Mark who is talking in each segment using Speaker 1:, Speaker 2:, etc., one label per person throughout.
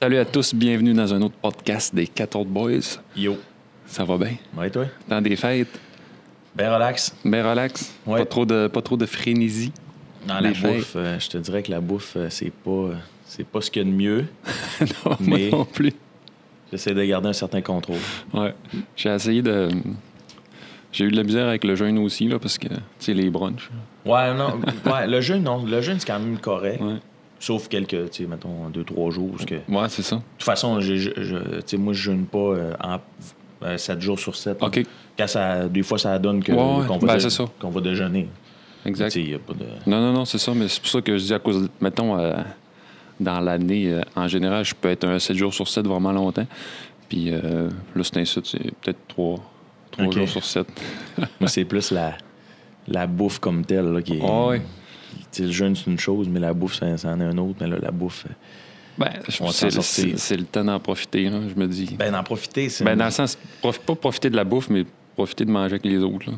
Speaker 1: Salut à tous, bienvenue dans un autre podcast des 14 Boys.
Speaker 2: Yo.
Speaker 1: Ça va bien?
Speaker 2: Ouais, toi?
Speaker 1: Dans des fêtes,
Speaker 2: Ben relax.
Speaker 1: ben relax,
Speaker 2: Ouais.
Speaker 1: pas, trop de, pas trop de frénésie.
Speaker 2: Dans la
Speaker 1: Les fêtes.
Speaker 2: bouffe, euh, je te dirais que la bouffe, euh, c'est pas, euh, c'est pas ce qu'il y a de mieux.
Speaker 1: non,
Speaker 2: Mais-
Speaker 1: moi non plus.
Speaker 2: J'essaie de garder un certain contrôle.
Speaker 1: Ouais. J'ai essayé de. J'ai eu de la misère avec le jeûne aussi, là, parce que, tu sais, les brunchs.
Speaker 2: Ouais, non. ouais, le jeûne, non. Le jeûne, c'est quand même correct.
Speaker 1: Ouais,
Speaker 2: Sauf quelques, tu sais, mettons, deux, trois jours. Parce que, de
Speaker 1: ouais c'est ça.
Speaker 2: toute façon, j'ai- je- je- tu sais, moi, je jeûne pas euh, en, 7 jours sur 7.
Speaker 1: OK,
Speaker 2: Quand ça, des fois, ça donne que,
Speaker 1: Ouais, ouais.
Speaker 2: qu'on,
Speaker 1: Ben,
Speaker 2: va dé-
Speaker 1: c'est ça.
Speaker 2: qu'on va déjeuner. Tu
Speaker 1: exact.
Speaker 2: sais, y a pas de...
Speaker 1: Non, non, non, c'est ça, mais c'est pour ça que je dis à cause, de- mettons, euh, dans l'année, euh, en général, je peux être un 7 jours sur 7 vraiment longtemps. Puis euh, là, c'est un site, c'est peut-être 3,
Speaker 2: Ok.
Speaker 1: jours sur 7.
Speaker 2: Moi, c'est plus la, la bouffe comme telle là, qui est...
Speaker 1: ouais.
Speaker 2: Tu sais, le jeûne, c'est une chose, mais la bouffe, ça, ça en est un autre. Mais là, la bouffe... euh,
Speaker 1: Ben, je-
Speaker 2: On va
Speaker 1: c'est,
Speaker 2: s'en sortir.
Speaker 1: c'est- c'est le temps d'en profiter, là, je me dis. Ben,
Speaker 2: Ben, d'en profiter, c'est...
Speaker 1: dans le sens, prof- pas profiter de la bouffe, mais profiter de manger avec les autres. Là.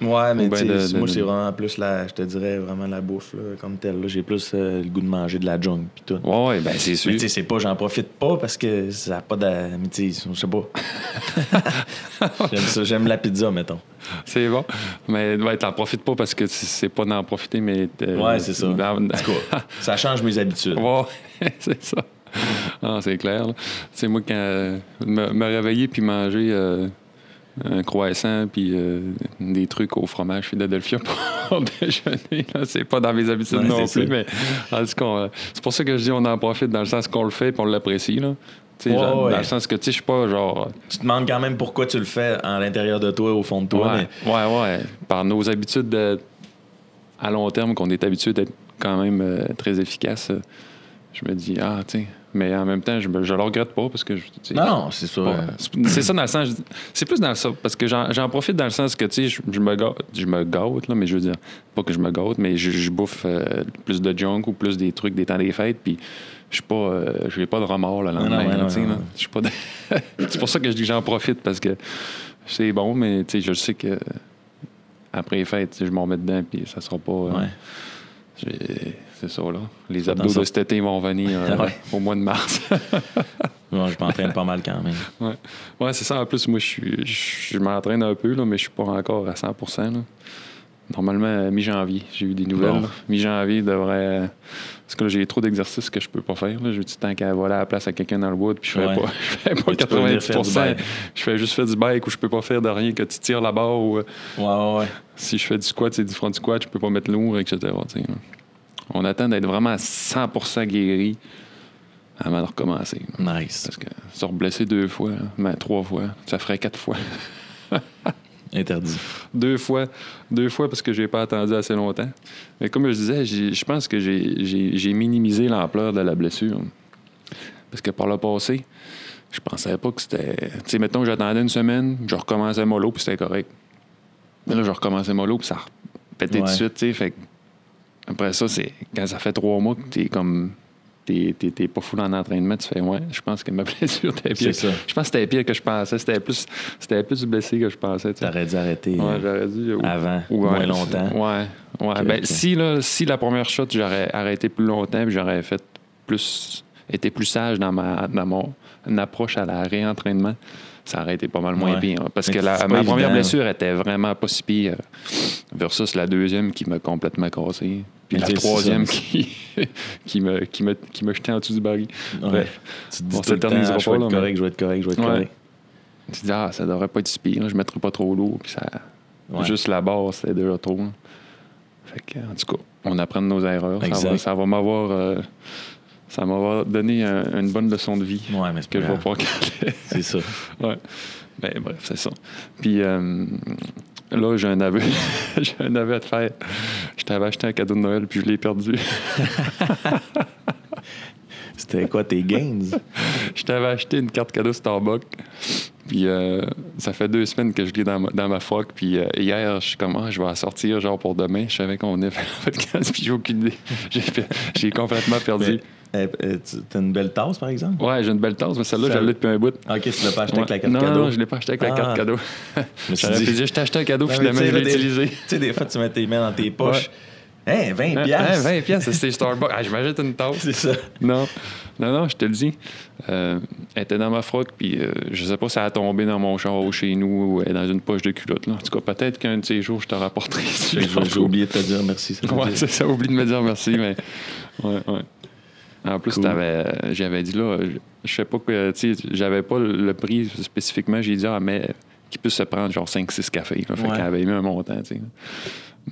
Speaker 2: Ouais, mais
Speaker 1: Ou ben
Speaker 2: tu sais,
Speaker 1: de-
Speaker 2: c'est-
Speaker 1: de-
Speaker 2: moi,
Speaker 1: de-
Speaker 2: c'est vraiment plus la... Je te dirais vraiment la bouffe, là, comme telle. là. J'ai plus euh, le goût de manger de la junk, puis tout.
Speaker 1: Ouais, ouais, ben c'est sûr.
Speaker 2: Mais tu sais, c'est pas... J'en profite pas parce que ça a pas de... Mais tu sais, je sais pas. j'aime ça. J'aime la pizza, mettons.
Speaker 1: C'est bon. Mais ouais, t'en profites pas parce que c'est- c'est pas d'en profiter, mais. euh,
Speaker 2: Ouais, c'est ça.
Speaker 1: dans-
Speaker 2: En tout cas, ça change mes habitudes.
Speaker 1: Ouais, c'est ça. Ah, c'est clair. là. Tu sais, moi, quand euh, me, me réveiller puis manger euh, un croissant puis euh, des trucs au fromage Philadelphia pour déjeuner, là, c'est pas dans mes habitudes
Speaker 2: Ouais,
Speaker 1: non
Speaker 2: c'est
Speaker 1: plus,
Speaker 2: ça.
Speaker 1: mais en tout cas, euh, c'est pour ça que je dis on en profite dans le sens qu'on le fait et on l'apprécie. Là. Tu sais,
Speaker 2: Ouais,
Speaker 1: genre,
Speaker 2: ouais.
Speaker 1: Dans le sens que, tu sais, je suis pas genre.
Speaker 2: Tu te demandes quand même pourquoi tu le fais à l'intérieur de toi, au fond de toi,
Speaker 1: ouais,
Speaker 2: mais...
Speaker 1: ouais, ouais. Par nos habitudes de- à long terme, qu'on est habitué d'être quand même euh, très efficace, euh, je me dis, ah, tiens. Mais en même temps, je, me- je le regrette pas parce que. je- tu sais,
Speaker 2: Non, non, c'est ça. euh,
Speaker 1: pas- c'est- C'est ça dans le sens. je- C'est plus dans ça. Parce que j'en j'en profite dans le sens que, tu sais, je, je me gâte. Je me gâte, là, mais je veux dire, pas que je me gâte, mais je, je bouffe euh, plus de junk ou plus des trucs des temps des fêtes. Puis je suis pas. euh, je n'ai pas de remords le
Speaker 2: non,
Speaker 1: lendemain.
Speaker 2: ouais,
Speaker 1: là,
Speaker 2: non,
Speaker 1: tu sais,
Speaker 2: non,
Speaker 1: là.
Speaker 2: non.
Speaker 1: Je suis pas de- c'est pour ça que je dis que j'en profite parce que c'est bon, mais tu sais, je sais que après les fêtes, tu sais, je m'en mets dedans puis ça sera pas. euh,
Speaker 2: Ouais.
Speaker 1: j'ai- C'est ça, là. Les
Speaker 2: Pas
Speaker 1: abdos
Speaker 2: dans
Speaker 1: de
Speaker 2: ça.
Speaker 1: cet été vont venir euh,
Speaker 2: Ouais.
Speaker 1: au mois de mars.
Speaker 2: Non, je m'entraîne pas mal quand même.
Speaker 1: ouais, ouais c'est ça. En plus, moi, je, suis- je, je m'entraîne un peu, là, mais je suis pas encore à 100 là. Normalement, euh, mi-janvier, j'ai eu des nouvelles.
Speaker 2: Bon.
Speaker 1: là. Mi-janvier, devrait. euh, Parce que là, j'ai trop d'exercices que je peux pas faire. là. J'ai du temps qu'à voler à la place à quelqu'un dans le wood, puis je fais
Speaker 2: Ouais.
Speaker 1: pas, je fais pas
Speaker 2: Mais tu peux venir faire du
Speaker 1: 90%.
Speaker 2: bike.
Speaker 1: Je fais juste faire du bike ou je peux pas faire de rien que tu tires là-bas ou. euh,
Speaker 2: Ouais, ouais, ouais.
Speaker 1: si je fais du squat, c'est du front squat, je peux pas mettre lourd, etc. tu sais, là. On attend d'être vraiment à 100% guéri avant de recommencer. là.
Speaker 2: Nice.
Speaker 1: Parce que se reblesser deux fois, là, mais trois fois, ça ferait quatre fois.
Speaker 2: Interdit.
Speaker 1: deux fois, deux fois parce que j'ai pas attendu assez longtemps. Mais comme je disais, j'ai- je pense que j'ai- j'ai j'ai minimisé l'ampleur de la blessure. Parce que par le passé, je pensais pas que c'était. Tu sais, mettons que j'attendais une semaine, je recommençais mollo, puis c'était correct. Mais là, je recommençais mollo, puis ça pétait tout de
Speaker 2: Ouais.
Speaker 1: suite, tu sais. Fait que après ça, c'est quand ça fait trois mois que t'es comme. T'es t'es- t'es pas full en entraînement, tu fais ouais, je pense que ma blessure était pire.
Speaker 2: C'est ça.
Speaker 1: Je pense que c'était pire que je pensais. C'était plus, c'était plus blessé que je pensais. tu sais.
Speaker 2: T'aurais dû arrêter
Speaker 1: Ouais,
Speaker 2: euh,
Speaker 1: j'aurais dû. euh, ou-
Speaker 2: avant,
Speaker 1: ou
Speaker 2: moins
Speaker 1: arrêter-
Speaker 2: longtemps.
Speaker 1: Ouais. ouais.
Speaker 2: Ok,
Speaker 1: ben,
Speaker 2: ok.
Speaker 1: Si, là, si la première shot, j'aurais arrêté plus longtemps, puis j'aurais fait plus. été plus sage dans, ma, dans mon approche à la réentraînement, ça aurait été pas mal moins
Speaker 2: Ouais.
Speaker 1: pire. hein, parce
Speaker 2: Mais
Speaker 1: que
Speaker 2: c'est
Speaker 1: la,
Speaker 2: pas
Speaker 1: ma première
Speaker 2: évident.
Speaker 1: blessure était vraiment pas si pire, versus la deuxième qui m'a complètement cassé. Puis
Speaker 2: Mais
Speaker 1: la
Speaker 2: tu sais, c'est
Speaker 1: troisième
Speaker 2: ça.
Speaker 1: qui, qui, me, qui, me, qui me jetait en dessous du baril.
Speaker 2: Ouais.
Speaker 1: Bref.
Speaker 2: Tu te dis
Speaker 1: On
Speaker 2: tout le temps,
Speaker 1: s'éternisera
Speaker 2: je
Speaker 1: pas,
Speaker 2: vais
Speaker 1: là,
Speaker 2: être correct, je vais être correct, je vais être
Speaker 1: Ouais.
Speaker 2: correct.
Speaker 1: Tu te dis, ah, ça devrait pas être si pire, là, je mettrais pas trop lourd, puis ça.
Speaker 2: Ouais.
Speaker 1: Juste la base, c'est déjà trop. là. Fait que, en tout cas, on apprend de nos erreurs. Ça
Speaker 2: Exact.
Speaker 1: va, ça va m'avoir. euh, ça m'avoir donné un- une bonne leçon de vie
Speaker 2: Ouais, mais c'est
Speaker 1: que
Speaker 2: pas
Speaker 1: je vais
Speaker 2: grave.
Speaker 1: pouvoir caler.
Speaker 2: C'est ça.
Speaker 1: ouais. Mais bref, c'est ça. Puis euh, là, j'ai un aveu. j'ai un aveu à te faire. Je t'avais acheté un cadeau de Noël, puis je l'ai perdu.
Speaker 2: C'était quoi tes gains?
Speaker 1: je t'avais acheté une carte cadeau Starbucks. Puis euh, ça fait deux semaines que je l'ai dans ma, dans ma froc. Puis euh, hier, je suis comme, Ah, je vais la sortir genre pour demain. Je savais qu'on venait faire le podcast, puis j'ai aucune idée. J'ai fait- J'ai complètement perdu.
Speaker 2: Mais, euh, euh, tu- T'as une belle tasse, par exemple?
Speaker 1: Ouais, j'ai une belle tasse, mais celle-là,
Speaker 2: Ça-
Speaker 1: j'avais depuis un bout.
Speaker 2: Ah, Ok, tu l'as pas acheté avec la carte
Speaker 1: non,
Speaker 2: cadeau.
Speaker 1: non, je l'ai pas acheté avec la
Speaker 2: Ah.
Speaker 1: carte cadeau.
Speaker 2: me suis
Speaker 1: J'aurais
Speaker 2: dit-
Speaker 1: pu dire, je t'ai acheté un cadeau,
Speaker 2: Non, mais
Speaker 1: finalement,
Speaker 2: tu sais,
Speaker 1: je l'ai
Speaker 2: des-
Speaker 1: utilisé.
Speaker 2: Tu sais, des fois, tu mets tes mains dans tes poches. Hein, 20
Speaker 1: Hein, hein,
Speaker 2: piastres.
Speaker 1: 20 piastres, c'est Starbucks. Ah, je m'achète une tasse.
Speaker 2: C'est ça.
Speaker 1: Non, non, non, je te le dis. Euh, elle était dans ma froc, puis euh, je sais pas si elle a tombé dans mon char ou chez nous ou elle est dans une poche de culotte. Là. En tout cas, peut-être qu'un de ces jours, je te rapporterai. si je
Speaker 2: J'ai
Speaker 1: la
Speaker 2: j'ai
Speaker 1: retrouve.
Speaker 2: oublié de te dire merci. ça veut
Speaker 1: Ouais,
Speaker 2: dire.
Speaker 1: c'est ça, oublie de me dire merci, mais. Ouais, ouais. En plus,
Speaker 2: Cool.
Speaker 1: t'avais- euh, j'avais dit là, je- je sais pas que, tu sais, j'avais pas le, le prix spécifiquement, j'ai dit, ah, mais qu'il puisse se prendre genre 5-6 cafés. Là, fait
Speaker 2: Ouais.
Speaker 1: qu'elle avait mis un montant, tu sais.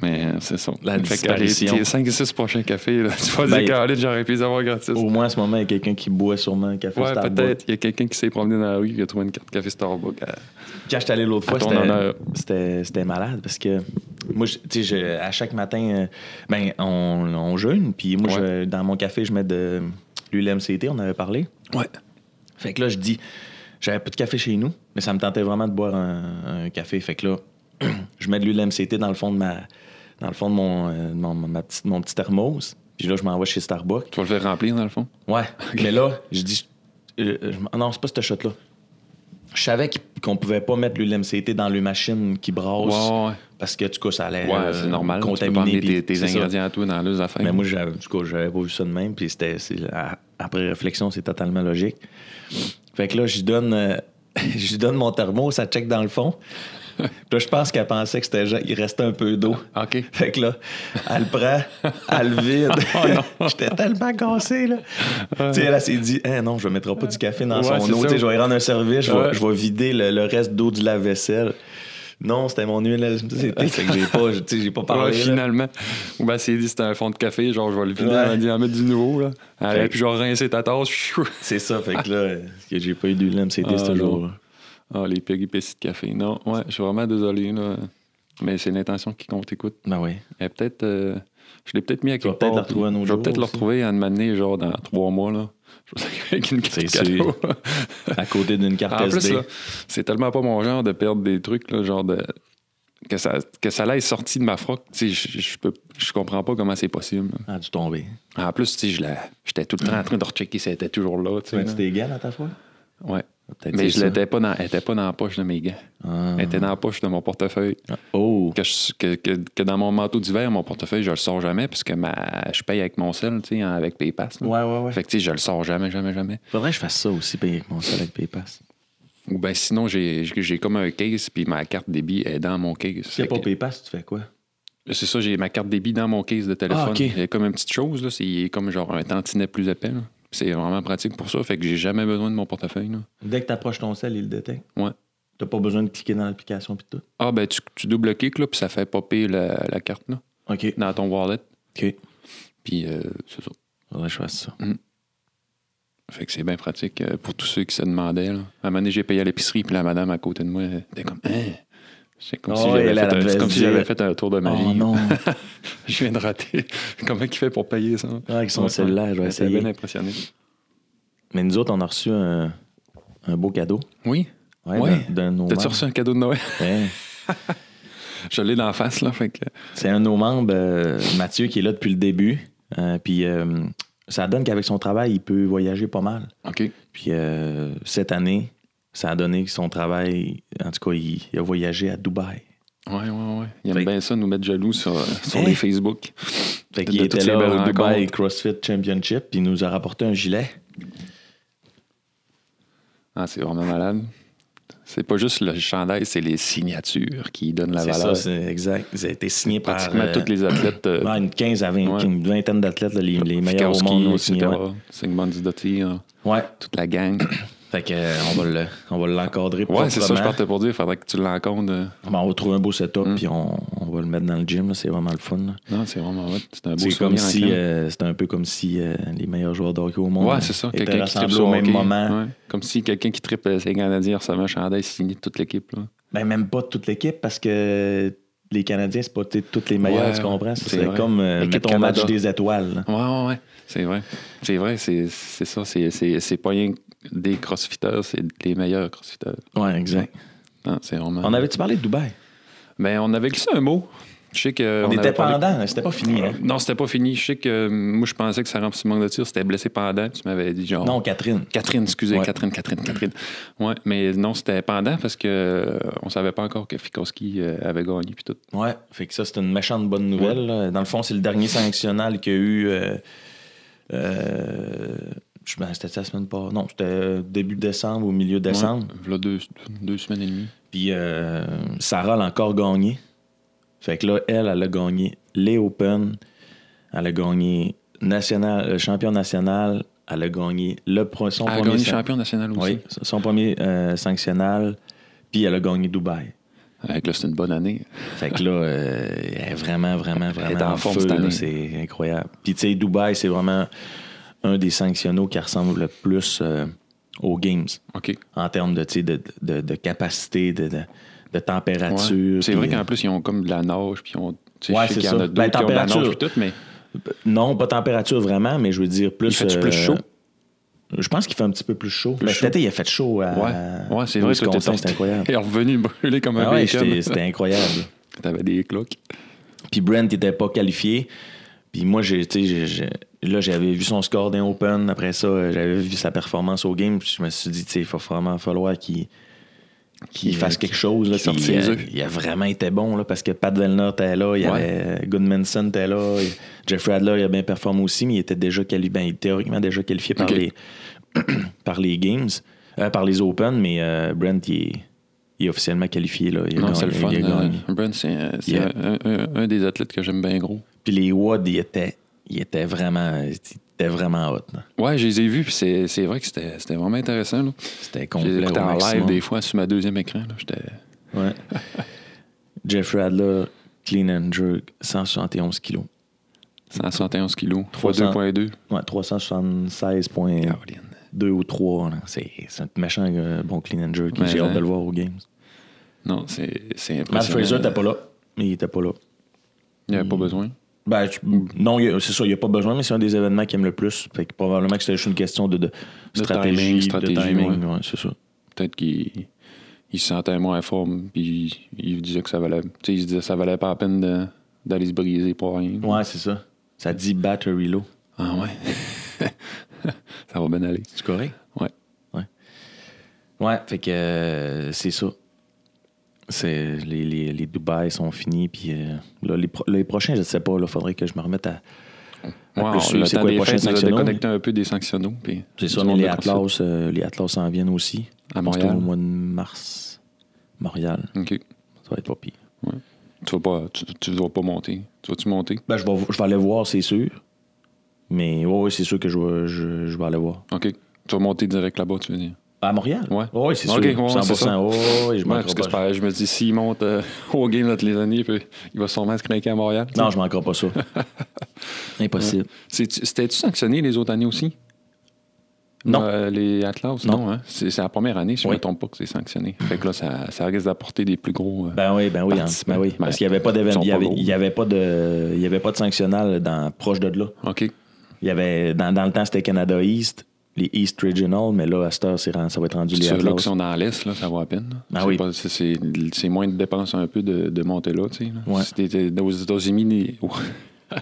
Speaker 1: Mais euh, c'est ça.
Speaker 2: La
Speaker 1: fait que les-
Speaker 2: disparition.
Speaker 1: tes 5-6 prochains cafés, là, tu vas
Speaker 2: Ben,
Speaker 1: dire, Caroline, j'aurais pu les avoir gratis.
Speaker 2: Au moins, à ce moment, il y a quelqu'un qui boit sûrement un café
Speaker 1: Ouais,
Speaker 2: Starbucks.
Speaker 1: peut-être. Il y a quelqu'un qui s'est promené dans la rue qui a trouvé une carte café Starbucks. à-
Speaker 2: Quand j'étais allé l'autre
Speaker 1: À
Speaker 2: fois,
Speaker 1: ton
Speaker 2: c'était-
Speaker 1: honneur.
Speaker 2: c'était c'était malade parce que moi, je- tu sais, je- à chaque matin, euh, ben, on, on jeûne. Puis moi, je- dans mon café, je mets de l'huile MCT, on avait parlé.
Speaker 1: Ouais.
Speaker 2: Fait que là, je dis, j'avais pas de café chez nous, mais ça me tentait vraiment de boire un, un café. Fait que là, je mets de l'huile MCT dans le fond de ma, dans le fond de mon, euh, de mon, ma petite, mon petit thermos. Puis là, je m'envoie chez Starbucks.
Speaker 1: Tu vas le faire remplir, dans le fond.
Speaker 2: Ouais. Mais là, je dis. euh, euh, je- non, c'est pas cette shot-là. Je savais qu'il- qu'on pouvait pas mettre l'huile MCT dans les machines qui brassent.
Speaker 1: Ouais, ouais.
Speaker 2: Parce que, du coup, ça allait
Speaker 1: Ouais,
Speaker 2: euh,
Speaker 1: c'est normal. Tu peux pas
Speaker 2: contaminer.
Speaker 1: emmener
Speaker 2: puis-
Speaker 1: tes, tes
Speaker 2: c'est ça.
Speaker 1: ingrédients à toi dans les affaires.
Speaker 2: Mais moi, j'avais, du coup, j'avais pas vu ça de même. Puis c'était, c'est- à- après réflexion, c'est totalement logique. Fait que là, je lui donne, euh, je lui donne mon thermo, ça check dans le fond. Puis là, je pense qu'elle pensait que c'était, genre, il restait un peu d'eau.
Speaker 1: OK.
Speaker 2: Fait que là, elle le prend, elle le vide.
Speaker 1: Oh
Speaker 2: J'étais tellement cassé, là. tu sais, elle, elle s'est dit, eh non, je ne mettrai pas du café dans
Speaker 1: Ouais,
Speaker 2: son
Speaker 1: c'est ça.
Speaker 2: eau. Tu sais, Je vais y rendre un service, je vais,
Speaker 1: Ouais.
Speaker 2: je vais vider le, le reste d'eau du lave-vaisselle. Non, c'était mon huile. LCT, Fait que j'ai pas, tu sais, j'ai pas
Speaker 1: Ouais,
Speaker 2: parlé. là.
Speaker 1: finalement. Ou ben, c'est dit, c'était un fond de café, genre, je vais le vider,
Speaker 2: Ouais.
Speaker 1: elle m'a dit, en mettre du nouveau, là.
Speaker 2: Fait
Speaker 1: Allez,
Speaker 2: que-
Speaker 1: puis je vais rincer ta tasse. Chou.
Speaker 2: C'est ça, fait que là, euh, que j'ai pas eu d'huile MCT,
Speaker 1: Ah,
Speaker 2: c'est toujours.
Speaker 1: non. Ah, les péripéties de café. Non, ouais, je suis vraiment désolé, là. Mais c'est l'intention qui compte, écoute.
Speaker 2: Ben oui.
Speaker 1: Elle est peut-être. euh, je l'ai peut-être mis à
Speaker 2: Tu vas
Speaker 1: quelque
Speaker 2: peut-être
Speaker 1: part,
Speaker 2: la retrouver
Speaker 1: puis
Speaker 2: un autre
Speaker 1: Je vais
Speaker 2: jour
Speaker 1: peut-être la
Speaker 2: aussi.
Speaker 1: retrouver en m'amener, genre, dans trois mois, là. Je vais avec une carte
Speaker 2: C'est
Speaker 1: cadeau.
Speaker 2: À côté d'une carte
Speaker 1: En plus,
Speaker 2: SD.
Speaker 1: là, c'est tellement pas mon genre de perdre des trucs, là, genre de. Que ça, que ça l'aille sorti de ma froc, tu sais, je- je peux- je comprends pas comment c'est possible. là.
Speaker 2: Ah, du tombé.
Speaker 1: En plus, tu sais, je la- j'étais tout le temps en train de rechecker si elle était toujours là. Tu
Speaker 2: Tu
Speaker 1: sais,
Speaker 2: mets-tu
Speaker 1: là.
Speaker 2: tes gants à ta fois?
Speaker 1: ouais.
Speaker 2: Peut-être
Speaker 1: Mais
Speaker 2: c'est
Speaker 1: je
Speaker 2: ça.
Speaker 1: l'étais pas dans, elle était pas dans la poche de mes gants.
Speaker 2: Ah.
Speaker 1: Elle était dans la poche de mon portefeuille.
Speaker 2: Oh.
Speaker 1: Que, je- que- que- que dans mon manteau d'hiver, mon portefeuille, je le sors jamais parce que ma, je paye avec mon sel, tu sais, avec PayPass. là.
Speaker 2: Ouais, ouais, ouais.
Speaker 1: Fait que tu sais, je le sors jamais, jamais, jamais.
Speaker 2: Faudrait que je fasse ça aussi, payer avec mon sol avec PayPass.
Speaker 1: Ou ben sinon, j'ai j'ai comme un case, puis ma carte débit est dans mon case.
Speaker 2: S'il n'y
Speaker 1: Fait
Speaker 2: a pas
Speaker 1: que-
Speaker 2: PayPass, tu fais quoi?
Speaker 1: C'est ça, j'ai ma carte débit dans mon case de téléphone.
Speaker 2: Ah, ok.
Speaker 1: Il y a comme une petite chose, là, c'est comme genre un tantinet plus épais. là. C'est vraiment pratique pour ça, fait que j'ai jamais besoin de mon portefeuille. là.
Speaker 2: Dès que tu approches ton sel, il le détecte.
Speaker 1: Ouais.
Speaker 2: T'as pas besoin de cliquer dans l'application pis tout.
Speaker 1: Ah ben tu, tu double-cliques, là, puis ça fait popper la, la carte là,
Speaker 2: OK.
Speaker 1: dans ton wallet.
Speaker 2: OK.
Speaker 1: Puis euh, c'est ça.
Speaker 2: Faudrait que je fasse ça.
Speaker 1: Fait que c'est bien pratique euh, pour tous ceux qui se demandaient. Là. À un moment donné, j'ai payé à l'épicerie, puis la madame à côté de moi elle était comme Hein? C'est comme, si
Speaker 2: Oh,
Speaker 1: j'avais
Speaker 2: elle,
Speaker 1: fait
Speaker 2: elle
Speaker 1: un-
Speaker 2: devait
Speaker 1: c'est comme
Speaker 2: se
Speaker 1: si j'avais
Speaker 2: dire-
Speaker 1: fait un tour de magie.
Speaker 2: Oh non.
Speaker 1: Je viens de rater. Comment il fait pour payer ça?
Speaker 2: Ah, avec son
Speaker 1: Ouais,
Speaker 2: cellulaire, je vais
Speaker 1: ouais, J'étais
Speaker 2: essayer.
Speaker 1: bien impressionné.
Speaker 2: Mais nous autres, on a reçu un, un beau cadeau.
Speaker 1: Oui?
Speaker 2: Ouais.
Speaker 1: Ouais.
Speaker 2: D'un, d'un de nos
Speaker 1: T'as-tu
Speaker 2: membres.
Speaker 1: reçu un cadeau de Noël?
Speaker 2: Ouais.
Speaker 1: Je l'ai d'en face, là. Fait que...
Speaker 2: C'est un de nos membres, euh, Mathieu, qui est là depuis le début. Euh, puis euh, ça donne qu'avec son travail, il peut voyager pas mal.
Speaker 1: OK.
Speaker 2: Puis euh, cette année, ça a donné que son travail, en tout cas, il, il a voyagé à Dubaï.
Speaker 1: Ouais, ouais, ouais. Il aime
Speaker 2: Fait-
Speaker 1: bien ça, nous mettre jaloux sur, euh, sur
Speaker 2: Hein?
Speaker 1: les Facebook.
Speaker 2: Fait
Speaker 1: De
Speaker 2: qu'il
Speaker 1: toutes
Speaker 2: était
Speaker 1: les belles
Speaker 2: là au Dubaï
Speaker 1: rencontres.
Speaker 2: CrossFit Championship, puis il nous a rapporté un gilet.
Speaker 1: Ah, c'est vraiment malade. C'est pas juste le chandail, c'est les signatures qui donnent la
Speaker 2: C'est
Speaker 1: valeur.
Speaker 2: ça, c'est exact. Ça a été signé par
Speaker 1: Pratiquement
Speaker 2: euh,
Speaker 1: toutes les athlètes. euh,
Speaker 2: ouais, une 15 à 20,
Speaker 1: Ouais.
Speaker 2: une vingtaine d'athlètes, là, les, les meilleurs au
Speaker 1: Fikowski,
Speaker 2: monde ont
Speaker 1: etc.
Speaker 2: signé. Ouais.
Speaker 1: Sigmund Dottir, hein,
Speaker 2: Ouais.
Speaker 1: toute la gang.
Speaker 2: Fait que, euh, on va le- on va l'encadrer
Speaker 1: Ouais, c'est ça, je
Speaker 2: proprement.
Speaker 1: partais pour dire. Faudrait que tu l'encontres. euh.
Speaker 2: Ben, on va trouver un beau setup,
Speaker 1: Mm.
Speaker 2: puis on, on va le mettre dans le gym. là, C'est vraiment le fun. là.
Speaker 1: Non, c'est vraiment hot. C'est un beau
Speaker 2: C'est comme
Speaker 1: souvenir.
Speaker 2: si,
Speaker 1: en
Speaker 2: euh, c'était un peu comme si euh, les meilleurs joueurs de hockey au monde
Speaker 1: camp. ouais, c'est ça.
Speaker 2: étaient
Speaker 1: Quelqu'un qui tripe
Speaker 2: rassemblés
Speaker 1: sur
Speaker 2: au même
Speaker 1: hockey.
Speaker 2: moment.
Speaker 1: Ouais. Comme si quelqu'un qui tripe euh, ses Canadiens recevait un chandail signé de toute l'équipe. là.
Speaker 2: Ben, même pas toute l'équipe, parce que les Canadiens, c'est pas tu sais, toutes les meilleures,
Speaker 1: Ouais,
Speaker 2: tu comprends? Ça
Speaker 1: c'est
Speaker 2: serait
Speaker 1: vrai.
Speaker 2: comme, euh,
Speaker 1: Équipe
Speaker 2: mettons,
Speaker 1: Canada.
Speaker 2: match des étoiles. là.
Speaker 1: Ouais, ouais, ouais. C'est vrai. C'est vrai, c'est c'est ça. C'est- C'est c'est pas rien que des crossfitters, c'est les meilleurs crossfitters.
Speaker 2: Ouais, exact.
Speaker 1: Non, c'est vraiment.
Speaker 2: On avait-tu parlé de Dubaï?
Speaker 1: Mais Euh, on avait glissé un mot. Je sais que
Speaker 2: On,
Speaker 1: avait
Speaker 2: était
Speaker 1: parlé-
Speaker 2: pendant, hein, c'était pas fini. hein.
Speaker 1: Non, c'était pas fini. Je sais que euh, moi, je pensais que Sarah Simon de Tir s'était blessée pendant. Tu m'avais dit genre.
Speaker 2: Non, Catherine.
Speaker 1: Catherine, excusez,
Speaker 2: Ouais.
Speaker 1: Catherine, Catherine, Catherine. Ouais, mais non, c'était pendant parce que euh, on savait pas encore que Fikowski euh, avait gagné puis tout.
Speaker 2: Ouais, fait que ça, c'est une méchante bonne nouvelle. là. Dans le fond, c'est le dernier sanctionnal qu'il y a eu. euh, euh, je- ben, c'était la semaine pas. Non, c'était euh, début décembre ou milieu décembre.
Speaker 1: Ouais, v'là deux, deux semaines et demie.
Speaker 2: Puis euh, Sarah l'a encore gagné. Fait que là, elle, elle a gagné les Open. Elle a gagné national, euh, champion national. Elle a gagné le, pro- son
Speaker 1: Elle a
Speaker 2: premier
Speaker 1: Ah, gagné
Speaker 2: san-
Speaker 1: champion national aussi.
Speaker 2: Oui, son premier euh, sanctionnal. Puis elle a gagné Dubaï.
Speaker 1: Avec là, c'est une bonne année.
Speaker 2: Fait que là, euh, elle est vraiment, vraiment, vraiment
Speaker 1: Elle est en
Speaker 2: en
Speaker 1: forme
Speaker 2: feu.
Speaker 1: cette
Speaker 2: là.
Speaker 1: année.
Speaker 2: C'est incroyable. Puis tu sais, Dubaï, c'est vraiment un des sanctionnaux qui ressemble le plus euh, aux Games
Speaker 1: OK.
Speaker 2: en termes de, tu sais, de, de, de capacité, de, de, de
Speaker 1: Ouais.
Speaker 2: température.
Speaker 1: C'est vrai
Speaker 2: puis, euh,
Speaker 1: qu'en plus, ils ont comme de la nage, puis ils ont. tu sais,
Speaker 2: Ouais,
Speaker 1: je sais
Speaker 2: c'est
Speaker 1: qu'il y
Speaker 2: ça.
Speaker 1: en a
Speaker 2: Ben,
Speaker 1: d'autres qui ont de la nage,
Speaker 2: température.
Speaker 1: puis tout, mais
Speaker 2: euh, Non, pas température vraiment, mais je veux dire plus. euh,
Speaker 1: il fait-tu plus chaud?
Speaker 2: Je pense qu'il fait un petit peu plus chaud.
Speaker 1: Plus
Speaker 2: Mais
Speaker 1: chaud.
Speaker 2: cet été, il a fait chaud. À,
Speaker 1: Ouais, ouais c'est vrai.
Speaker 2: au
Speaker 1: toi, t'es
Speaker 2: Wisconsin,
Speaker 1: sorti-
Speaker 2: C'était incroyable.
Speaker 1: Et revenu brûlé comme un
Speaker 2: Ah ouais,
Speaker 1: bacon.
Speaker 2: c'était c'était incroyable.
Speaker 1: T'avais des cloques.
Speaker 2: Puis Brent n'était pas qualifié. Puis moi, j'ai, tu sais, j'ai- j'ai- là, j'avais vu son score d'un Open. Après ça, euh, j'avais vu sa performance au game. Puis je me suis dit, tu sais, il va vraiment falloir qu'il, qu'il
Speaker 1: Qu'il-
Speaker 2: fasse quelque chose. Là,
Speaker 1: qu'il sorte
Speaker 2: Puis
Speaker 1: ses
Speaker 2: il, a,
Speaker 1: œufs.
Speaker 2: il a vraiment été bon là, parce que Pat Vellner était là, il y
Speaker 1: Ouais.
Speaker 2: avait euh, Goodmanson était là, il- Jeffrey Adler il a bien performé aussi, mais il était déjà qualifié, ben, il est théoriquement déjà qualifié par,
Speaker 1: Ok.
Speaker 2: les, par les Games, euh, par les Open, mais euh, Brent, il est, il est officiellement qualifié. Là. Il a
Speaker 1: Non,
Speaker 2: gagné-
Speaker 1: c'est le fun.
Speaker 2: il a
Speaker 1: euh,
Speaker 2: gagné.
Speaker 1: Brent, c'est euh, c'est
Speaker 2: Yeah.
Speaker 1: un, un- un des athlètes que j'aime bien gros.
Speaker 2: Puis les WOD, ils étaient, ils étaient vraiment, ils étaient vraiment hot. là.
Speaker 1: Ouais, je les ai vus, puis c'est c'est vrai que c'était c'était vraiment intéressant. Là.
Speaker 2: C'était
Speaker 1: Je les
Speaker 2: complet
Speaker 1: écoutais
Speaker 2: au
Speaker 1: en live
Speaker 2: maximum.
Speaker 1: des fois sur ma deuxième écran. là. J'étais-
Speaker 2: Ouais. Jeffrey Adler, clean and jerk, 171 kilos.
Speaker 1: 171 kilos,
Speaker 2: 300.
Speaker 1: 3,2.2.
Speaker 2: Ouais, 376.2
Speaker 1: Caroline.
Speaker 2: ou 3. là. C'est c'est un méchant euh, bon clean and jerk.
Speaker 1: Mais
Speaker 2: J'ai hâte
Speaker 1: hein.
Speaker 2: de le voir aux Games.
Speaker 1: Non, c'est c'est
Speaker 2: Matt
Speaker 1: impressionnant.
Speaker 2: Fraser, t'es pas là. Mais il était pas là.
Speaker 1: Il n'y avait pas besoin.
Speaker 2: Ben, tu- non, il y a- c'est ça, il n'y a pas besoin, mais c'est un des événements qu'il aime le plus. Fait que probablement que c'était juste une question de, de
Speaker 1: timing,
Speaker 2: stratégie,
Speaker 1: stratégie,
Speaker 2: de timing.
Speaker 1: ouais.
Speaker 2: ouais, c'est ça.
Speaker 1: Peut-être qu'il il se sentait moins en forme, puis il, il disait que ça valait. tu sais, Il se disait que ça valait pas la peine de- d'aller se briser pour rien.
Speaker 2: Ouais, c'est ça. Ça dit battery low.
Speaker 1: Ah ouais. ça va bien aller.
Speaker 2: C'est correct?
Speaker 1: Ouais.
Speaker 2: Ouais, fait que euh, c'est ça. C'est, les, les, les Dubaï sont finis, puis euh, là, les, pro- les prochains, je sais pas, il faudrait que je me remette à. à
Speaker 1: Ouais,
Speaker 2: plus
Speaker 1: on,
Speaker 2: suivre
Speaker 1: le
Speaker 2: c'est
Speaker 1: temps
Speaker 2: quoi les
Speaker 1: des fêtes,
Speaker 2: prochains
Speaker 1: nous a
Speaker 2: sanctionnaux,
Speaker 1: déconnecté un peu des sanctionnaux. puis
Speaker 2: C'est ça,
Speaker 1: du
Speaker 2: mais
Speaker 1: monde
Speaker 2: les
Speaker 1: de CrossFit.
Speaker 2: Atlas, euh, les Atlas s'en viennent aussi.
Speaker 1: À
Speaker 2: Je pense que
Speaker 1: Montréal.
Speaker 2: au mois de mars. Montréal,
Speaker 1: OK.
Speaker 2: ça va être pas pire.
Speaker 1: Tu vas pas, tu, tu vas pas monter. Tu vas-tu monter?
Speaker 2: Ben, je, vais, je vais aller voir, c'est sûr. Mais ouais, ouais, c'est sûr que je vais, je, je vais aller voir.
Speaker 1: OK. Tu vas monter direct là-bas, tu veux dire?
Speaker 2: À Montréal?
Speaker 1: Ouais.
Speaker 2: Ouais, c'est
Speaker 1: Ok,
Speaker 2: sûr.
Speaker 1: ouais,
Speaker 2: 100%.
Speaker 1: c'est ça.
Speaker 2: ouais, ouais,
Speaker 1: Ouais,
Speaker 2: je manquerai
Speaker 1: parce que
Speaker 2: pas.
Speaker 1: c'est pareil, je me dis, s'il monte euh, au game notre les années, puis il va sûrement se craquer à Montréal.
Speaker 2: Non, je manquerai pas ça. Impossible.
Speaker 1: C'est-tu- C'était-tu sanctionné les autres années aussi?
Speaker 2: Non.
Speaker 1: Euh, les Atlas, non.
Speaker 2: Non.
Speaker 1: hein? C'est c'est la première année, si je ne
Speaker 2: Oui.
Speaker 1: me trompe pas, que c'est sanctionné. Fait que là, ça, ça risque d'apporter des plus gros. euh,
Speaker 2: Ben oui, ben oui, hein.
Speaker 1: Participants.
Speaker 2: ben oui.
Speaker 1: Ben,
Speaker 2: parce qu'il n'y avait pas d'événement.
Speaker 1: ils
Speaker 2: Il
Speaker 1: sont
Speaker 2: n'y
Speaker 1: pas
Speaker 2: avait,
Speaker 1: gros.
Speaker 2: il y avait pas de. Il y avait pas de sanctionnal dans, proche de là.
Speaker 1: OK.
Speaker 2: Il y avait. Dans, dans le temps, c'était Canada East, les East Regional, mais là, à cette heure, c'est rend- ça va être rendu les
Speaker 1: Ceux-là
Speaker 2: Atlas.
Speaker 1: qui sont dans l'Est, là, ça vaut à peine. là.
Speaker 2: Ben
Speaker 1: C'est
Speaker 2: oui.
Speaker 1: pas- c'est- C'est c'est moins de dépenses un peu de, de monter là. tu sais, là.
Speaker 2: Ouais.
Speaker 1: Si t'étais aux États-Unis. les-
Speaker 2: Aux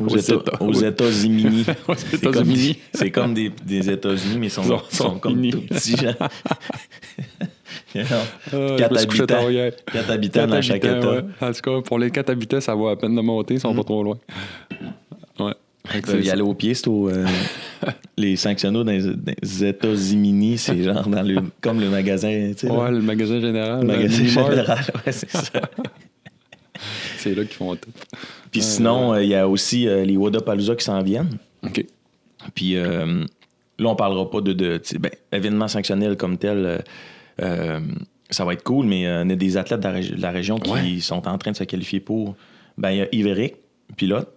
Speaker 2: Éta- aux États-Unis.
Speaker 1: Aux
Speaker 2: C'est comme-
Speaker 1: États-Unis. Ah,
Speaker 2: C'est comme, des, des États-Unis, mais ils sont,
Speaker 1: Ils sont-
Speaker 2: ils sont comme
Speaker 1: finis.
Speaker 2: tout petits. genre. Non.
Speaker 1: Ah, je
Speaker 2: Quatre
Speaker 1: me suis couché
Speaker 2: habitants.
Speaker 1: tard hier.
Speaker 2: Quatre habitants
Speaker 1: Quatre
Speaker 2: dans chaque
Speaker 1: habitants,
Speaker 2: État. Mm.
Speaker 1: ouais. En tout cas, pour les quatre habitants, ça vaut à peine de monter, ils sont pas trop loin. Ouais.
Speaker 2: Ils peuvent y aller au pied, c'est au, euh, les sanctionnaux dans les, dans les États-Unis, c'est genre dans le, comme le magasin, tu sais, là.
Speaker 1: Ouais, le magasin général. euh,
Speaker 2: le
Speaker 1: là,
Speaker 2: magasin
Speaker 1: Mini-Mart,
Speaker 2: général, ouais, c'est ça.
Speaker 1: C'est là qu'ils font tout.
Speaker 2: Puis sinon, euh, il y a aussi euh, les Wodapalooza qui s'en viennent.
Speaker 1: OK.
Speaker 2: Puis euh, là, on parlera pas de, de tu sais, ben, événements sanctionnels comme tel. euh, euh, ça va être cool, mais euh, on a des athlètes de la, régi- de la région qui
Speaker 1: Ouais.
Speaker 2: sont en train de se qualifier pour. Ben, il y a Iveric, pilote,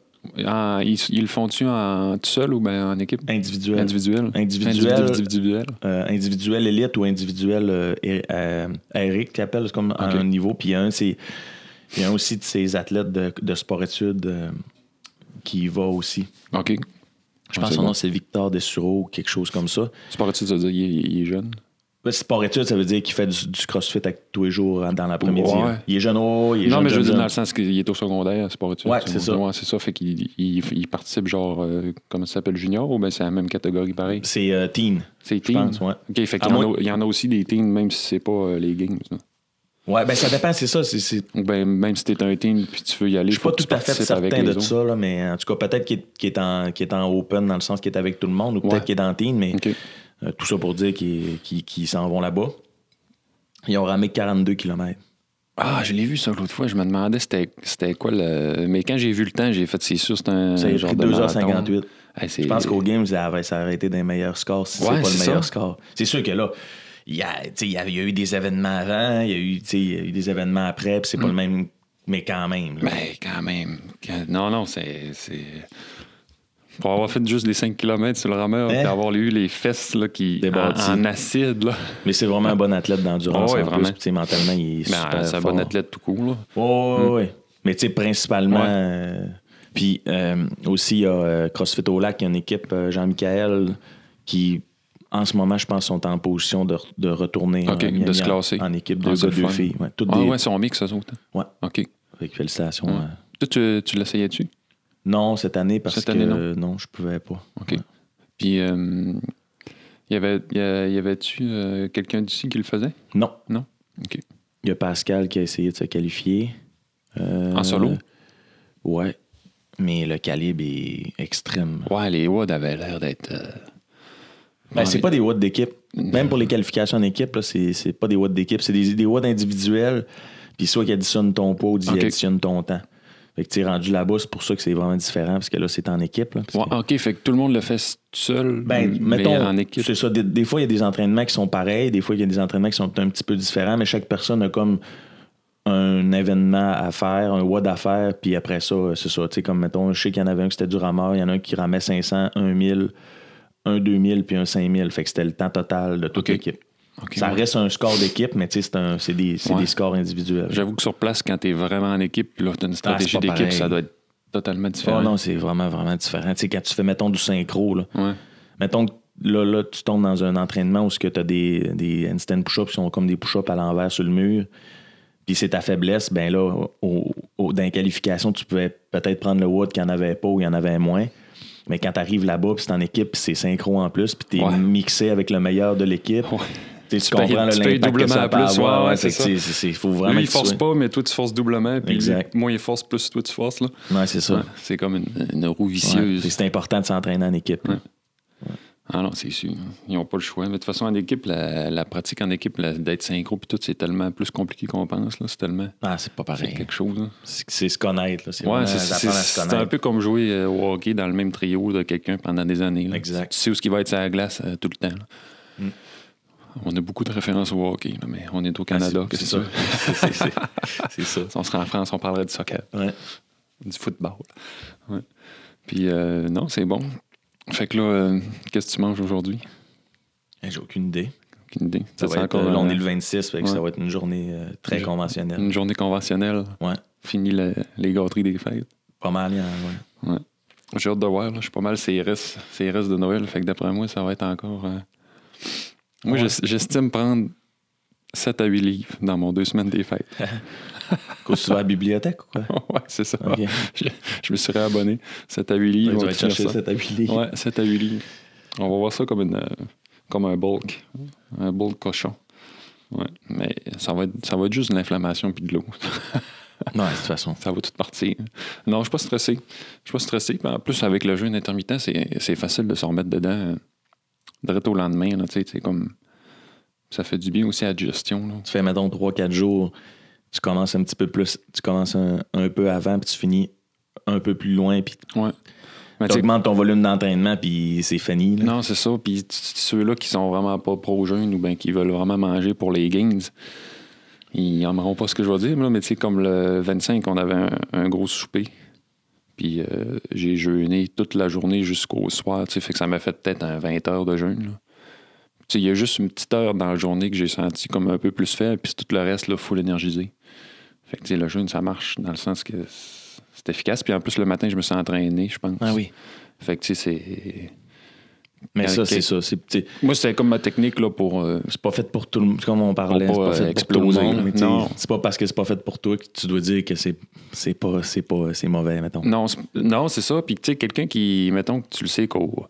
Speaker 1: Ah, ils, ils le font-tu en tout seul ou ben en équipe
Speaker 2: individuel.
Speaker 1: individuelle?
Speaker 2: Individuel.
Speaker 1: Individu- individuel.
Speaker 2: euh, individuel élite ou individuel euh, é- euh, aéré, qui appelle c'est comme à
Speaker 1: Ok.
Speaker 2: un niveau. Puis il y a un, c'est, il y a un aussi de ces athlètes de, de sport-études euh, qui y va aussi.
Speaker 1: OK.
Speaker 2: Je
Speaker 1: Ouais,
Speaker 2: pense
Speaker 1: c'est
Speaker 2: que son
Speaker 1: bon.
Speaker 2: nom, c'est Victor Dessureau ou quelque chose comme ça.
Speaker 1: C'est pas tu de dire il, est- il est jeune.
Speaker 2: Ben, sport-études, ça veut dire qu'il fait du, du crossfit à tous les jours hein, dans l'après-midi.
Speaker 1: Ouais.
Speaker 2: hein. Il est jeune, oh, il est
Speaker 1: Non,
Speaker 2: jeune,
Speaker 1: mais je veux
Speaker 2: jeune,
Speaker 1: dire dans
Speaker 2: jeune.
Speaker 1: le sens qu'il est au secondaire, c'est pas études.
Speaker 2: Ouais, c'est ça.
Speaker 1: Ouais, c'est ça. Fait qu'il il, il participe genre, euh, comment ça s'appelle, junior ou bien c'est la même catégorie pareil?
Speaker 2: C'est euh, teen.
Speaker 1: C'est
Speaker 2: Je
Speaker 1: team.
Speaker 2: pense, ouais.
Speaker 1: OK, fait
Speaker 2: À
Speaker 1: qu'il y en
Speaker 2: moins-
Speaker 1: a- il y, en a aussi des teams, même si c'est pas euh, les games. là.
Speaker 2: Ouais, ben ça dépend, c'est ça. c'est- c'est-
Speaker 1: Ou ben, même si t'es un team puis tu veux y aller,
Speaker 2: Je suis
Speaker 1: faut
Speaker 2: pas
Speaker 1: que
Speaker 2: tout
Speaker 1: tu
Speaker 2: à fait
Speaker 1: participes avec
Speaker 2: certain
Speaker 1: les
Speaker 2: de
Speaker 1: autres.
Speaker 2: ça, là, mais en tout cas, peut-être qu'il est, qu'il est en, qu'il est en open dans le sens qu'il est avec tout le monde ou peut-être
Speaker 1: Ouais.
Speaker 2: qu'il est en teen, mais
Speaker 1: OK.
Speaker 2: euh, tout ça pour dire qu'ils qu'ils- qu'ils s'en vont là-bas. Ils ont ramé 42 km.
Speaker 1: Ah, je l'ai vu ça l'autre fois. Je me demandais c'était c'était quoi le. Mais quand j'ai vu le temps, j'ai fait c'est sûr, c'est un.
Speaker 2: Ça a
Speaker 1: genre
Speaker 2: pris
Speaker 1: de
Speaker 2: 2h58.
Speaker 1: marathon. Hey, c'est-
Speaker 2: Je pense qu'au game, ça avait ça aurait été des meilleurs scores si
Speaker 1: Ouais,
Speaker 2: c'est pas le
Speaker 1: c'est
Speaker 2: meilleur
Speaker 1: ça.
Speaker 2: score. C'est sûr que là, il y, a, tu sais, il y a il y a eu des événements avant, il y a eu, tu sais, il y a eu des événements après, puis c'est
Speaker 1: Mm.
Speaker 2: pas le même, mais quand même. là.
Speaker 1: Ben, quand même. Quand- Non, non, c'est. c'est- Pour avoir fait juste les 5 km sur le rameur,
Speaker 2: Hein?
Speaker 1: puis avoir eu les fesses là, qui, en,
Speaker 2: Débatties.
Speaker 1: en acide, là.
Speaker 2: Mais c'est vraiment un bon athlète d'endurance.
Speaker 1: Ah ouais,
Speaker 2: en plus,
Speaker 1: vraiment.
Speaker 2: puis tu sais, mentalement, il est
Speaker 1: Ben,
Speaker 2: super
Speaker 1: c'est un
Speaker 2: fort.
Speaker 1: bon athlète tout court. Là.
Speaker 2: Ouais, ouais, ouais. Mais tu sais, principalement.
Speaker 1: Hmm. Ouais.
Speaker 2: euh, puis euh, aussi, il y a euh, CrossFit au Lac, il y a une équipe, euh, Jean-Michael, qui, en ce moment, je pense, sont en position de, de retourner
Speaker 1: OK,
Speaker 2: en,
Speaker 1: de se
Speaker 2: en-
Speaker 1: classer.
Speaker 2: en équipe
Speaker 1: Ah,
Speaker 2: de
Speaker 1: c'est
Speaker 2: gars,
Speaker 1: le
Speaker 2: deux
Speaker 1: fun.
Speaker 2: filles. Ouais, toutes
Speaker 1: Ah,
Speaker 2: des-
Speaker 1: ouais, Hmm. son mix, eux autres.
Speaker 2: Ouais.
Speaker 1: OK.
Speaker 2: Fait que félicitations.
Speaker 1: Ouais. Toi,
Speaker 2: euh.
Speaker 1: tu, tu l'essayais-tu?
Speaker 2: Non, cette année, parce
Speaker 1: Cette
Speaker 2: que
Speaker 1: année, non.
Speaker 2: euh, non. je pouvais pas.
Speaker 1: OK. Puis, euh, y avait- y a- y avait-tu euh, quelqu'un d'ici qui le faisait?
Speaker 2: Non.
Speaker 1: Non? OK.
Speaker 2: Il y a Pascal qui a essayé de se qualifier. Euh,
Speaker 1: En solo?
Speaker 2: Ouais. Mais le calibre est extrême.
Speaker 1: Ouais, les WOD avaient l'air d'être. euh,
Speaker 2: Ben, c'est
Speaker 1: Ouais.
Speaker 2: pas des watts d'équipe. Même pour les qualifications en équipe, là, c'est c'est pas des watts d'équipe. C'est des, des watts individuels. Puis soit qu'ils additionnent ton poids ou qu'ils
Speaker 1: Ok.
Speaker 2: additionnent ton temps. Fait que tu es rendu là-bas, c'est pour ça que c'est vraiment différent, parce que là, c'est en équipe. là, parce
Speaker 1: Ouais,
Speaker 2: que-
Speaker 1: OK, fait que tout le monde le fait s- tout seul,
Speaker 2: Ben,
Speaker 1: mais
Speaker 2: mettons,
Speaker 1: en équipe.
Speaker 2: c'est ça. Des, des fois, il y a des entraînements qui sont pareils, des fois, il y a des entraînements qui sont un petit peu différents, mais chaque personne a comme un événement à faire, un WOD à faire, puis après ça, euh, c'est ça. Tu sais, comme mettons, je sais qu'il y en avait un qui c'était du rameur, il y en a un qui ramait 500, 1000, un 2000, puis un 5000. Fait que c'était le temps total de toute
Speaker 1: Ok.
Speaker 2: l'équipe.
Speaker 1: OK,
Speaker 2: Ça
Speaker 1: ouais.
Speaker 2: reste un score d'équipe, mais tu sais, c'est un- c'est des, c'est
Speaker 1: Ouais.
Speaker 2: des scores individuels.
Speaker 1: J'avoue que sur place, quand t'es vraiment en équipe, puis là, t'as une stratégie
Speaker 2: Ah, pas
Speaker 1: d'équipe,
Speaker 2: pareil.
Speaker 1: ça doit être totalement
Speaker 2: Oh
Speaker 1: différent.
Speaker 2: non, c'est vraiment, vraiment différent. Tu sais, quand tu fais, mettons, du synchro, là,
Speaker 1: Ouais.
Speaker 2: Mettons que là, là, tu tombes dans un entraînement où tu as des, des handstand push-ups qui sont comme des push-ups à l'envers sur le mur, puis c'est ta faiblesse, ben là, au, au- dans les qualifications, tu pouvais peut-être prendre le WOD qu'il n'y en avait pas ou il y en avait moins. Mais quand tu arrives là-bas, puis c'est en équipe, puis c'est synchro en plus, puis tu es
Speaker 1: Ouais.
Speaker 2: mixé avec le meilleur de l'équipe.
Speaker 1: Ouais.
Speaker 2: Tu sais,
Speaker 1: Tu
Speaker 2: tu
Speaker 1: payes-
Speaker 2: comprends là,
Speaker 1: tu payes
Speaker 2: l'impact que
Speaker 1: doublement
Speaker 2: ça peut
Speaker 1: plus,
Speaker 2: avoir.
Speaker 1: ouais, ouais,
Speaker 2: Fait que
Speaker 1: c'est
Speaker 2: c'est-
Speaker 1: ça.
Speaker 2: c'est- c'est- faut vraiment
Speaker 1: lui, il
Speaker 2: que tu
Speaker 1: force
Speaker 2: sois-
Speaker 1: pas, mais toi, tu forces doublement. Puis
Speaker 2: Exact.
Speaker 1: lui, moins il force, plus toi, tu forces. Là.
Speaker 2: Ouais, c'est ça.
Speaker 1: Ouais, c'est comme une, une roue
Speaker 2: Ouais.
Speaker 1: vicieuse.
Speaker 2: Fait que C'est important de s'entraîner en équipe.
Speaker 1: Ouais. ah non, c'est sûr. Ils n'ont pas le choix. Mais de toute façon, en équipe, la, la pratique en équipe, la- d'être synchro, puis tout, c'est tellement plus compliqué qu'on pense. là. C'est tellement.
Speaker 2: Ah, c'est pas
Speaker 1: C'est
Speaker 2: pareil.
Speaker 1: quelque chose. là.
Speaker 2: C'est c'est se connaître. là. C'est
Speaker 1: Ouais,
Speaker 2: vraiment
Speaker 1: c'est- c'est
Speaker 2: apprendre euh, à se
Speaker 1: c'est un
Speaker 2: connaître.
Speaker 1: peu comme jouer euh, au hockey dans le même trio de quelqu'un pendant des années. là.
Speaker 2: Exact. Mm.
Speaker 1: Tu sais où ce qui va être sur la glace euh, tout le temps. là. On a beaucoup de références au hockey, là, mais on est au Canada.
Speaker 2: Ah, C'est
Speaker 1: qu'est-ce
Speaker 2: ça.
Speaker 1: que tu veux?
Speaker 2: C'est- c'est- c'est- C'est ça.
Speaker 1: Si on serait en France, on parlerait du soccer,
Speaker 2: Ouais.
Speaker 1: du football. Ouais. Puis euh, non, c'est bon. Fait que là, euh, qu'est-ce que tu manges aujourd'hui?
Speaker 2: Hey, J'ai aucune idée.
Speaker 1: Aucune idée.
Speaker 2: Ça
Speaker 1: T'as-tu
Speaker 2: va être, euh, là,
Speaker 1: euh,
Speaker 2: on est le 26, fait que
Speaker 1: ouais.
Speaker 2: ça va être une journée euh, très
Speaker 1: Une-
Speaker 2: conventionnelle.
Speaker 1: une journée conventionnelle.
Speaker 2: Ouais.
Speaker 1: Fini le- les gâteries des fêtes.
Speaker 2: Pas mal, il y en a, ouais.
Speaker 1: Ouais. J'ai hâte de voir. là. Je suis pas mal CRS, CRS de Noël. Fait que d'après moi, ça va être encore. euh, Moi,
Speaker 2: Ouais.
Speaker 1: j'es- j'estime prendre 7 à 8 livres dans mon deux semaines des fêtes.
Speaker 2: Qu'est-ce que tu vas à la bibliothèque ou quoi?
Speaker 1: ouais, c'est ça.
Speaker 2: Ok.
Speaker 1: Je, je me suis réabonné. 7 à 8 livres.
Speaker 2: Ouais,
Speaker 1: on
Speaker 2: tu
Speaker 1: va
Speaker 2: vas chercher
Speaker 1: finir ça.
Speaker 2: cette habilité.
Speaker 1: Ouais, 7 à 8 livres. On va voir ça comme, une, euh, comme un bulk. Un bulk cochon. Ouais. Mais ça va, être, ça va être juste de l'inflammation puis de l'eau.
Speaker 2: Ouais, de toute façon.
Speaker 1: ça va tout partir. Non, je suis pas stressé. Je suis pas stressé. Puis En plus, avec le jeûne intermittent, c'est c'est facile de s'en remettre dedans euh, direct au lendemain. là, tu sais, c'est comme... Ça fait du bien aussi à la digestion. là.
Speaker 2: Tu fais, mettons, 3-4 jours, tu commences un petit peu plus, tu commences un, un peu avant, puis tu finis un peu plus loin, puis
Speaker 1: Ouais. Mais tu
Speaker 2: tu
Speaker 1: sais,
Speaker 2: augmentes ton volume d'entraînement, puis c'est fini. là.
Speaker 1: non, c'est ça. Puis t- t- ceux-là qui sont vraiment pas pro-jeûne ou bien qui veulent vraiment manger pour les gains, ils n'aimeront pas ce que je vais dire. là, mais tu sais, comme le 25, on avait un, un gros souper. Puis euh, j'ai jeûné toute la journée jusqu'au soir. tu sais, fait que ça m'a fait peut-être un 20 heures de jeûne. là. Tu sais, il y a juste une petite heure dans la journée que j'ai senti comme un peu plus faible, puis tout le reste, là, full énergisé. Fait que, tu sais, le jeûne, ça marche dans le sens que c- c'est efficace. Puis en plus, le matin, je me suis entraîné, je pense.
Speaker 2: Ah oui.
Speaker 1: Fait que, tu sais, c'est.
Speaker 2: Ah Mais ça,
Speaker 1: Ok.
Speaker 2: c'est ça. C'est petit-
Speaker 1: Moi, c'était comme ma technique là, pour. euh,
Speaker 2: c'est pas fait pour tout le monde. Comme on parlait, c'est
Speaker 1: Pour
Speaker 2: pas
Speaker 1: pas,
Speaker 2: fait
Speaker 1: euh,
Speaker 2: pour tout
Speaker 1: exploser,
Speaker 2: le
Speaker 1: là.
Speaker 2: monde. mais t'sais,
Speaker 1: Non.
Speaker 2: C'est pas parce que c'est pas fait pour toi que tu dois dire que c'est c'est pas c'est pas c'est mauvais, mettons.
Speaker 1: non, c'est- non, c'est ça. Puis, tu sais, quelqu'un qui, mettons que tu le sais qu'au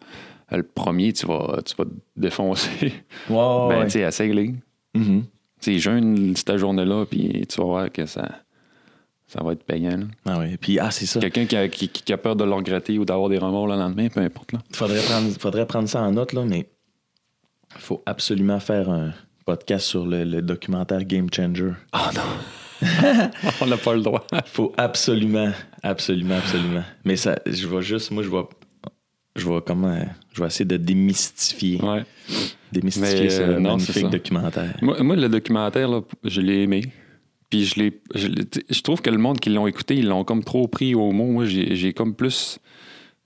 Speaker 1: à le premier, tu vas, tu vas te défoncer.
Speaker 2: Ouais, ouais,
Speaker 1: ben,
Speaker 2: ouais.
Speaker 1: tu sais, essaye-les. Tu
Speaker 2: Mhm.
Speaker 1: sais, jeûne cette journée-là, puis tu vas voir que ça, ça va être payant. là.
Speaker 2: Ah ouais. Puis ah, c'est ça.
Speaker 1: Quelqu'un qui a, qui, qui a peur de le regretter ou d'avoir des remords le lendemain, peu importe. Là.
Speaker 2: Faudrait prendre, faudrait prendre ça en note, là, mais il faut absolument faire un podcast sur le, le documentaire Game Changer.
Speaker 1: Ah non! On n'a pas le droit.
Speaker 2: faut absolument, absolument, absolument. Mais ça, je vais juste, moi, je vais, je vais comment, je vais essayer de démystifier,
Speaker 1: Ouais.
Speaker 2: démystifier
Speaker 1: Mais,
Speaker 2: ce
Speaker 1: euh, non, c'est
Speaker 2: magnifique
Speaker 1: ça.
Speaker 2: documentaire.
Speaker 1: Moi, moi, le documentaire, là, je l'ai aimé. Puis je l'ai. Je, l'ai- tu sais, je trouve que le monde qui l'ont écouté, ils l'ont comme trop pris au mot. Moi, j'ai j'ai comme plus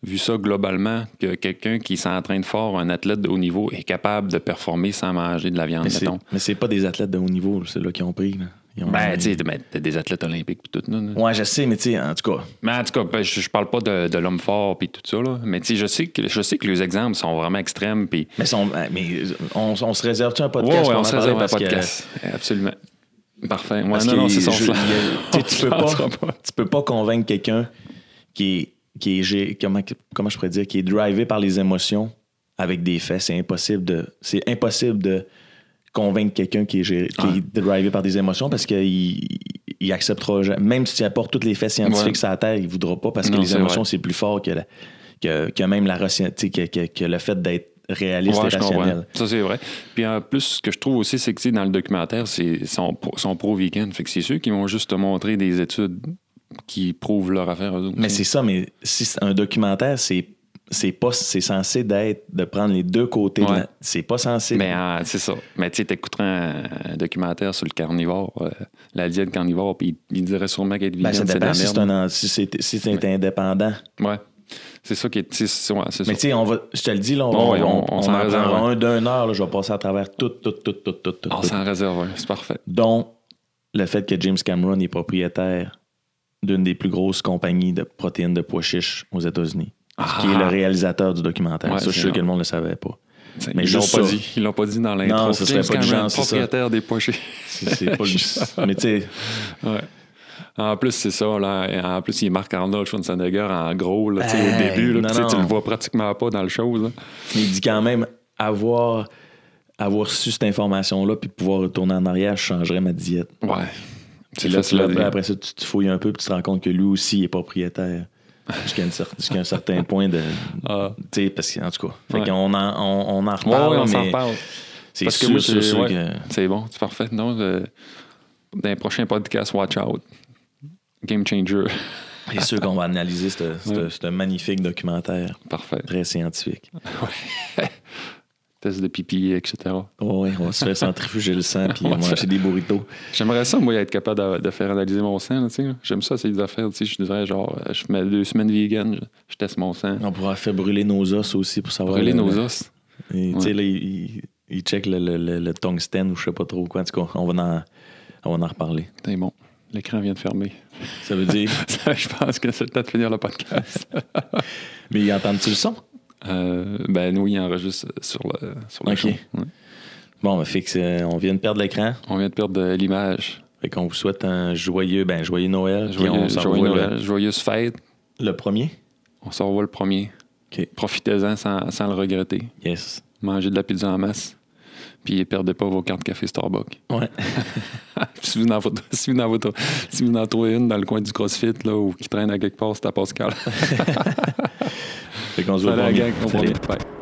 Speaker 1: vu ça globalement que quelqu'un qui s'entraîne fort, un athlète de haut niveau, est capable de performer sans manger de la viande,
Speaker 2: Mais c'est,
Speaker 1: mettons.
Speaker 2: mais c'est pas des athlètes de haut niveau, ceux-là qui ont pris. là. Ils ont-
Speaker 1: Ben, tu sais, ben, t'as des athlètes olympiques puis tout. là, là.
Speaker 2: Ouais, je sais, mais tu sais, en tout cas,
Speaker 1: Mais en tout cas, ben, je, je parle pas de, de l'homme fort puis tout ça, là. Mais tu sais, je sais que je sais que les exemples sont vraiment extrêmes. Puis
Speaker 2: mais, son- mais on, on se réserve-tu un podcast?
Speaker 1: Ouais, ouais,
Speaker 2: pour en
Speaker 1: on se
Speaker 2: parler
Speaker 1: réserve un
Speaker 2: parce que- Ah,
Speaker 1: podcast. Absolument. Parfait. Ouais,
Speaker 2: Parce
Speaker 1: non,
Speaker 2: que
Speaker 1: non, c'est son
Speaker 2: je-
Speaker 1: choix.
Speaker 2: il y a- tu sais, tu
Speaker 1: On
Speaker 2: peux
Speaker 1: le lancera
Speaker 2: pas, tu peux pas convaincre quelqu'un qui est, qui est gé- comment, comment je pourrais dire, qui est drivé par les émotions avec des faits. C'est impossible de, c'est impossible de convaincre quelqu'un qui est, géré- qui
Speaker 1: Ouais.
Speaker 2: est drivé par des émotions parce qu'il il acceptera jamais. Même si tu apportes tous les faits scientifiques
Speaker 1: Ouais.
Speaker 2: sur la Terre, il voudra pas parce que
Speaker 1: Non,
Speaker 2: les
Speaker 1: c'est
Speaker 2: émotions,
Speaker 1: vrai.
Speaker 2: c'est plus fort que, la- que, que même la raci- tu sais, que, que- que le fait d'être réaliste
Speaker 1: Ouais,
Speaker 2: et
Speaker 1: je
Speaker 2: rationnel.
Speaker 1: comprends. Ça, c'est vrai. Puis en plus, ce que je trouve aussi, c'est que tu sais, dans le documentaire, c'est sont, pro- sont pro-vegan. Fait que c'est ceux qui vont juste te montrer des études qui prouvent leur affaire eux autres.
Speaker 2: Mais c'est ça, mais si c'est un documentaire, c'est c'est pas c'est censé d'être de prendre les deux côtés de
Speaker 1: Ouais.
Speaker 2: la- c'est pas censé
Speaker 1: Mais, euh, c'est ça. Mais tu sais, t'écouterais un, un documentaire sur le carnivore, euh, la diète carnivore, puis il, il dirait sûrement qu'être
Speaker 2: Ben,
Speaker 1: vegan,
Speaker 2: ça
Speaker 1: c'est de
Speaker 2: dépend
Speaker 1: la
Speaker 2: si c'est
Speaker 1: merde.
Speaker 2: un en- si c'est si c'est indépendant
Speaker 1: Ouais. C'est ça qui est. tu sais, c'est- ouais, c'est ça.
Speaker 2: mais tu sais on va je te le dis là on, va-
Speaker 1: Bon, ouais,
Speaker 2: on,
Speaker 1: on-
Speaker 2: on
Speaker 1: on s'en
Speaker 2: en
Speaker 1: réserve,
Speaker 2: prendra
Speaker 1: ouais.
Speaker 2: un d'une heure là, je vais passer à travers tout tout tout tout tout tout,
Speaker 1: On
Speaker 2: tout.
Speaker 1: s'en réserve un. C'est parfait.
Speaker 2: dont le fait que James Cameron est propriétaire d'une des plus grosses compagnies de protéines de pois chiches aux États-Unis qui
Speaker 1: Ah,
Speaker 2: est le réalisateur du documentaire
Speaker 1: Ouais,
Speaker 2: ça je suis
Speaker 1: c'est
Speaker 2: sûr
Speaker 1: vrai.
Speaker 2: que le monde le savait pas
Speaker 1: T'sais,
Speaker 2: Mais
Speaker 1: ils l'ont
Speaker 2: juste
Speaker 1: pas
Speaker 2: ça.
Speaker 1: dit. Ils l'ont pas dit dans l'intro.
Speaker 2: Non, ce
Speaker 1: James
Speaker 2: serait pas du
Speaker 1: Cameron,
Speaker 2: genre, c'est ça.
Speaker 1: propriétaire des pochés.
Speaker 2: c'est c'est pas le- mais tu sais
Speaker 1: Ouais. En plus, c'est ça. Là. En plus, il marque Arnold Schwarzenegger en gros là, tu sais, au
Speaker 2: Hey,
Speaker 1: début. Là,
Speaker 2: non,
Speaker 1: Puis, tu sais, tu
Speaker 2: non.
Speaker 1: le vois pratiquement pas dans le show. là.
Speaker 2: Mais il dit quand même avoir, avoir su cette information-là puis pouvoir retourner en arrière, je changerais ma diète.
Speaker 1: Ouais. C'est
Speaker 2: Puis là,
Speaker 1: facile
Speaker 2: tu-
Speaker 1: à dire.
Speaker 2: après ça, tu te fouilles un peu puis tu te rends compte que lui aussi il est propriétaire. Jusqu'à, une cer- jusqu'à un certain point de.
Speaker 1: Ah.
Speaker 2: Tu sais, parce que, en tout cas. Fait
Speaker 1: Ouais.
Speaker 2: qu'on en, on, on en
Speaker 1: Ouais,
Speaker 2: reparle.
Speaker 1: ouais, on s'en
Speaker 2: mais
Speaker 1: reparle.
Speaker 2: C'est
Speaker 1: Parce que
Speaker 2: sûr,
Speaker 1: moi,
Speaker 2: sûr,
Speaker 1: j'ai-
Speaker 2: sûr
Speaker 1: ouais.
Speaker 2: que-
Speaker 1: C'est bon, c'est parfait. Non, le- dans les prochains podcasts, watch out. Game changer.
Speaker 2: c'est sûr qu'on va analyser ce- ce ce magnifique documentaire
Speaker 1: Parfait.
Speaker 2: très scientifique.
Speaker 1: Test de pipi, etc.
Speaker 2: Oui, on va se faire centrifuger le sang puis
Speaker 1: On va se
Speaker 2: manger
Speaker 1: faire-
Speaker 2: des burritos.
Speaker 1: J'aimerais ça, moi, être capable de, de faire analyser mon sang. là, tu sais, là. J'aime ça, ces affaires. tu sais, Je dirais, genre, euh, je mets deux semaines vegan, je, je teste mon sang.
Speaker 2: On pourra faire brûler nos os aussi pour savoir.
Speaker 1: Brûler
Speaker 2: le-
Speaker 1: nos
Speaker 2: le-
Speaker 1: os.
Speaker 2: Et, tu sais,
Speaker 1: Ouais.
Speaker 2: là, il, il- il check le, le- le- le tungstène ou je sais pas trop quoi. En tout cas, on va en, on va en reparler.
Speaker 1: C'est bon. L'écran vient de fermer.
Speaker 2: Ça veut dire.
Speaker 1: Ça, je pense que c'est le temps de finir le podcast.
Speaker 2: Mais il entend-tu le son?
Speaker 1: Euh, ben, nous, il enregistre sur le, sur le
Speaker 2: Ok.
Speaker 1: show. Ouais.
Speaker 2: Bon, ben, fixe, euh, on vient de perdre l'écran.
Speaker 1: On vient de perdre de l'image.
Speaker 2: Fait qu'on vous souhaite un joyeux, ben, joyeux Noël. puis on
Speaker 1: Joyeux,
Speaker 2: s'en
Speaker 1: joyeux
Speaker 2: revoit le-
Speaker 1: Noël, joyeuse fête.
Speaker 2: Le, premier?
Speaker 1: On se revoit le premier.
Speaker 2: OK.
Speaker 1: Profitez-en sans, sans le regretter.
Speaker 2: Yes.
Speaker 1: Mangez de la pizza en masse. Puis perdez pas vos cartes café Starbucks.
Speaker 2: Ouais.
Speaker 1: si vous n'en votre, si vous n'en votre- si vous n'en trouvez une dans le coin du CrossFit là, ou qui traîne à quelque part, c'est à Pascal.
Speaker 2: Fait qu'on se voit
Speaker 1: Allez,
Speaker 2: le
Speaker 1: la
Speaker 2: premier.
Speaker 1: gang, on
Speaker 2: Salut.
Speaker 1: va- Bye.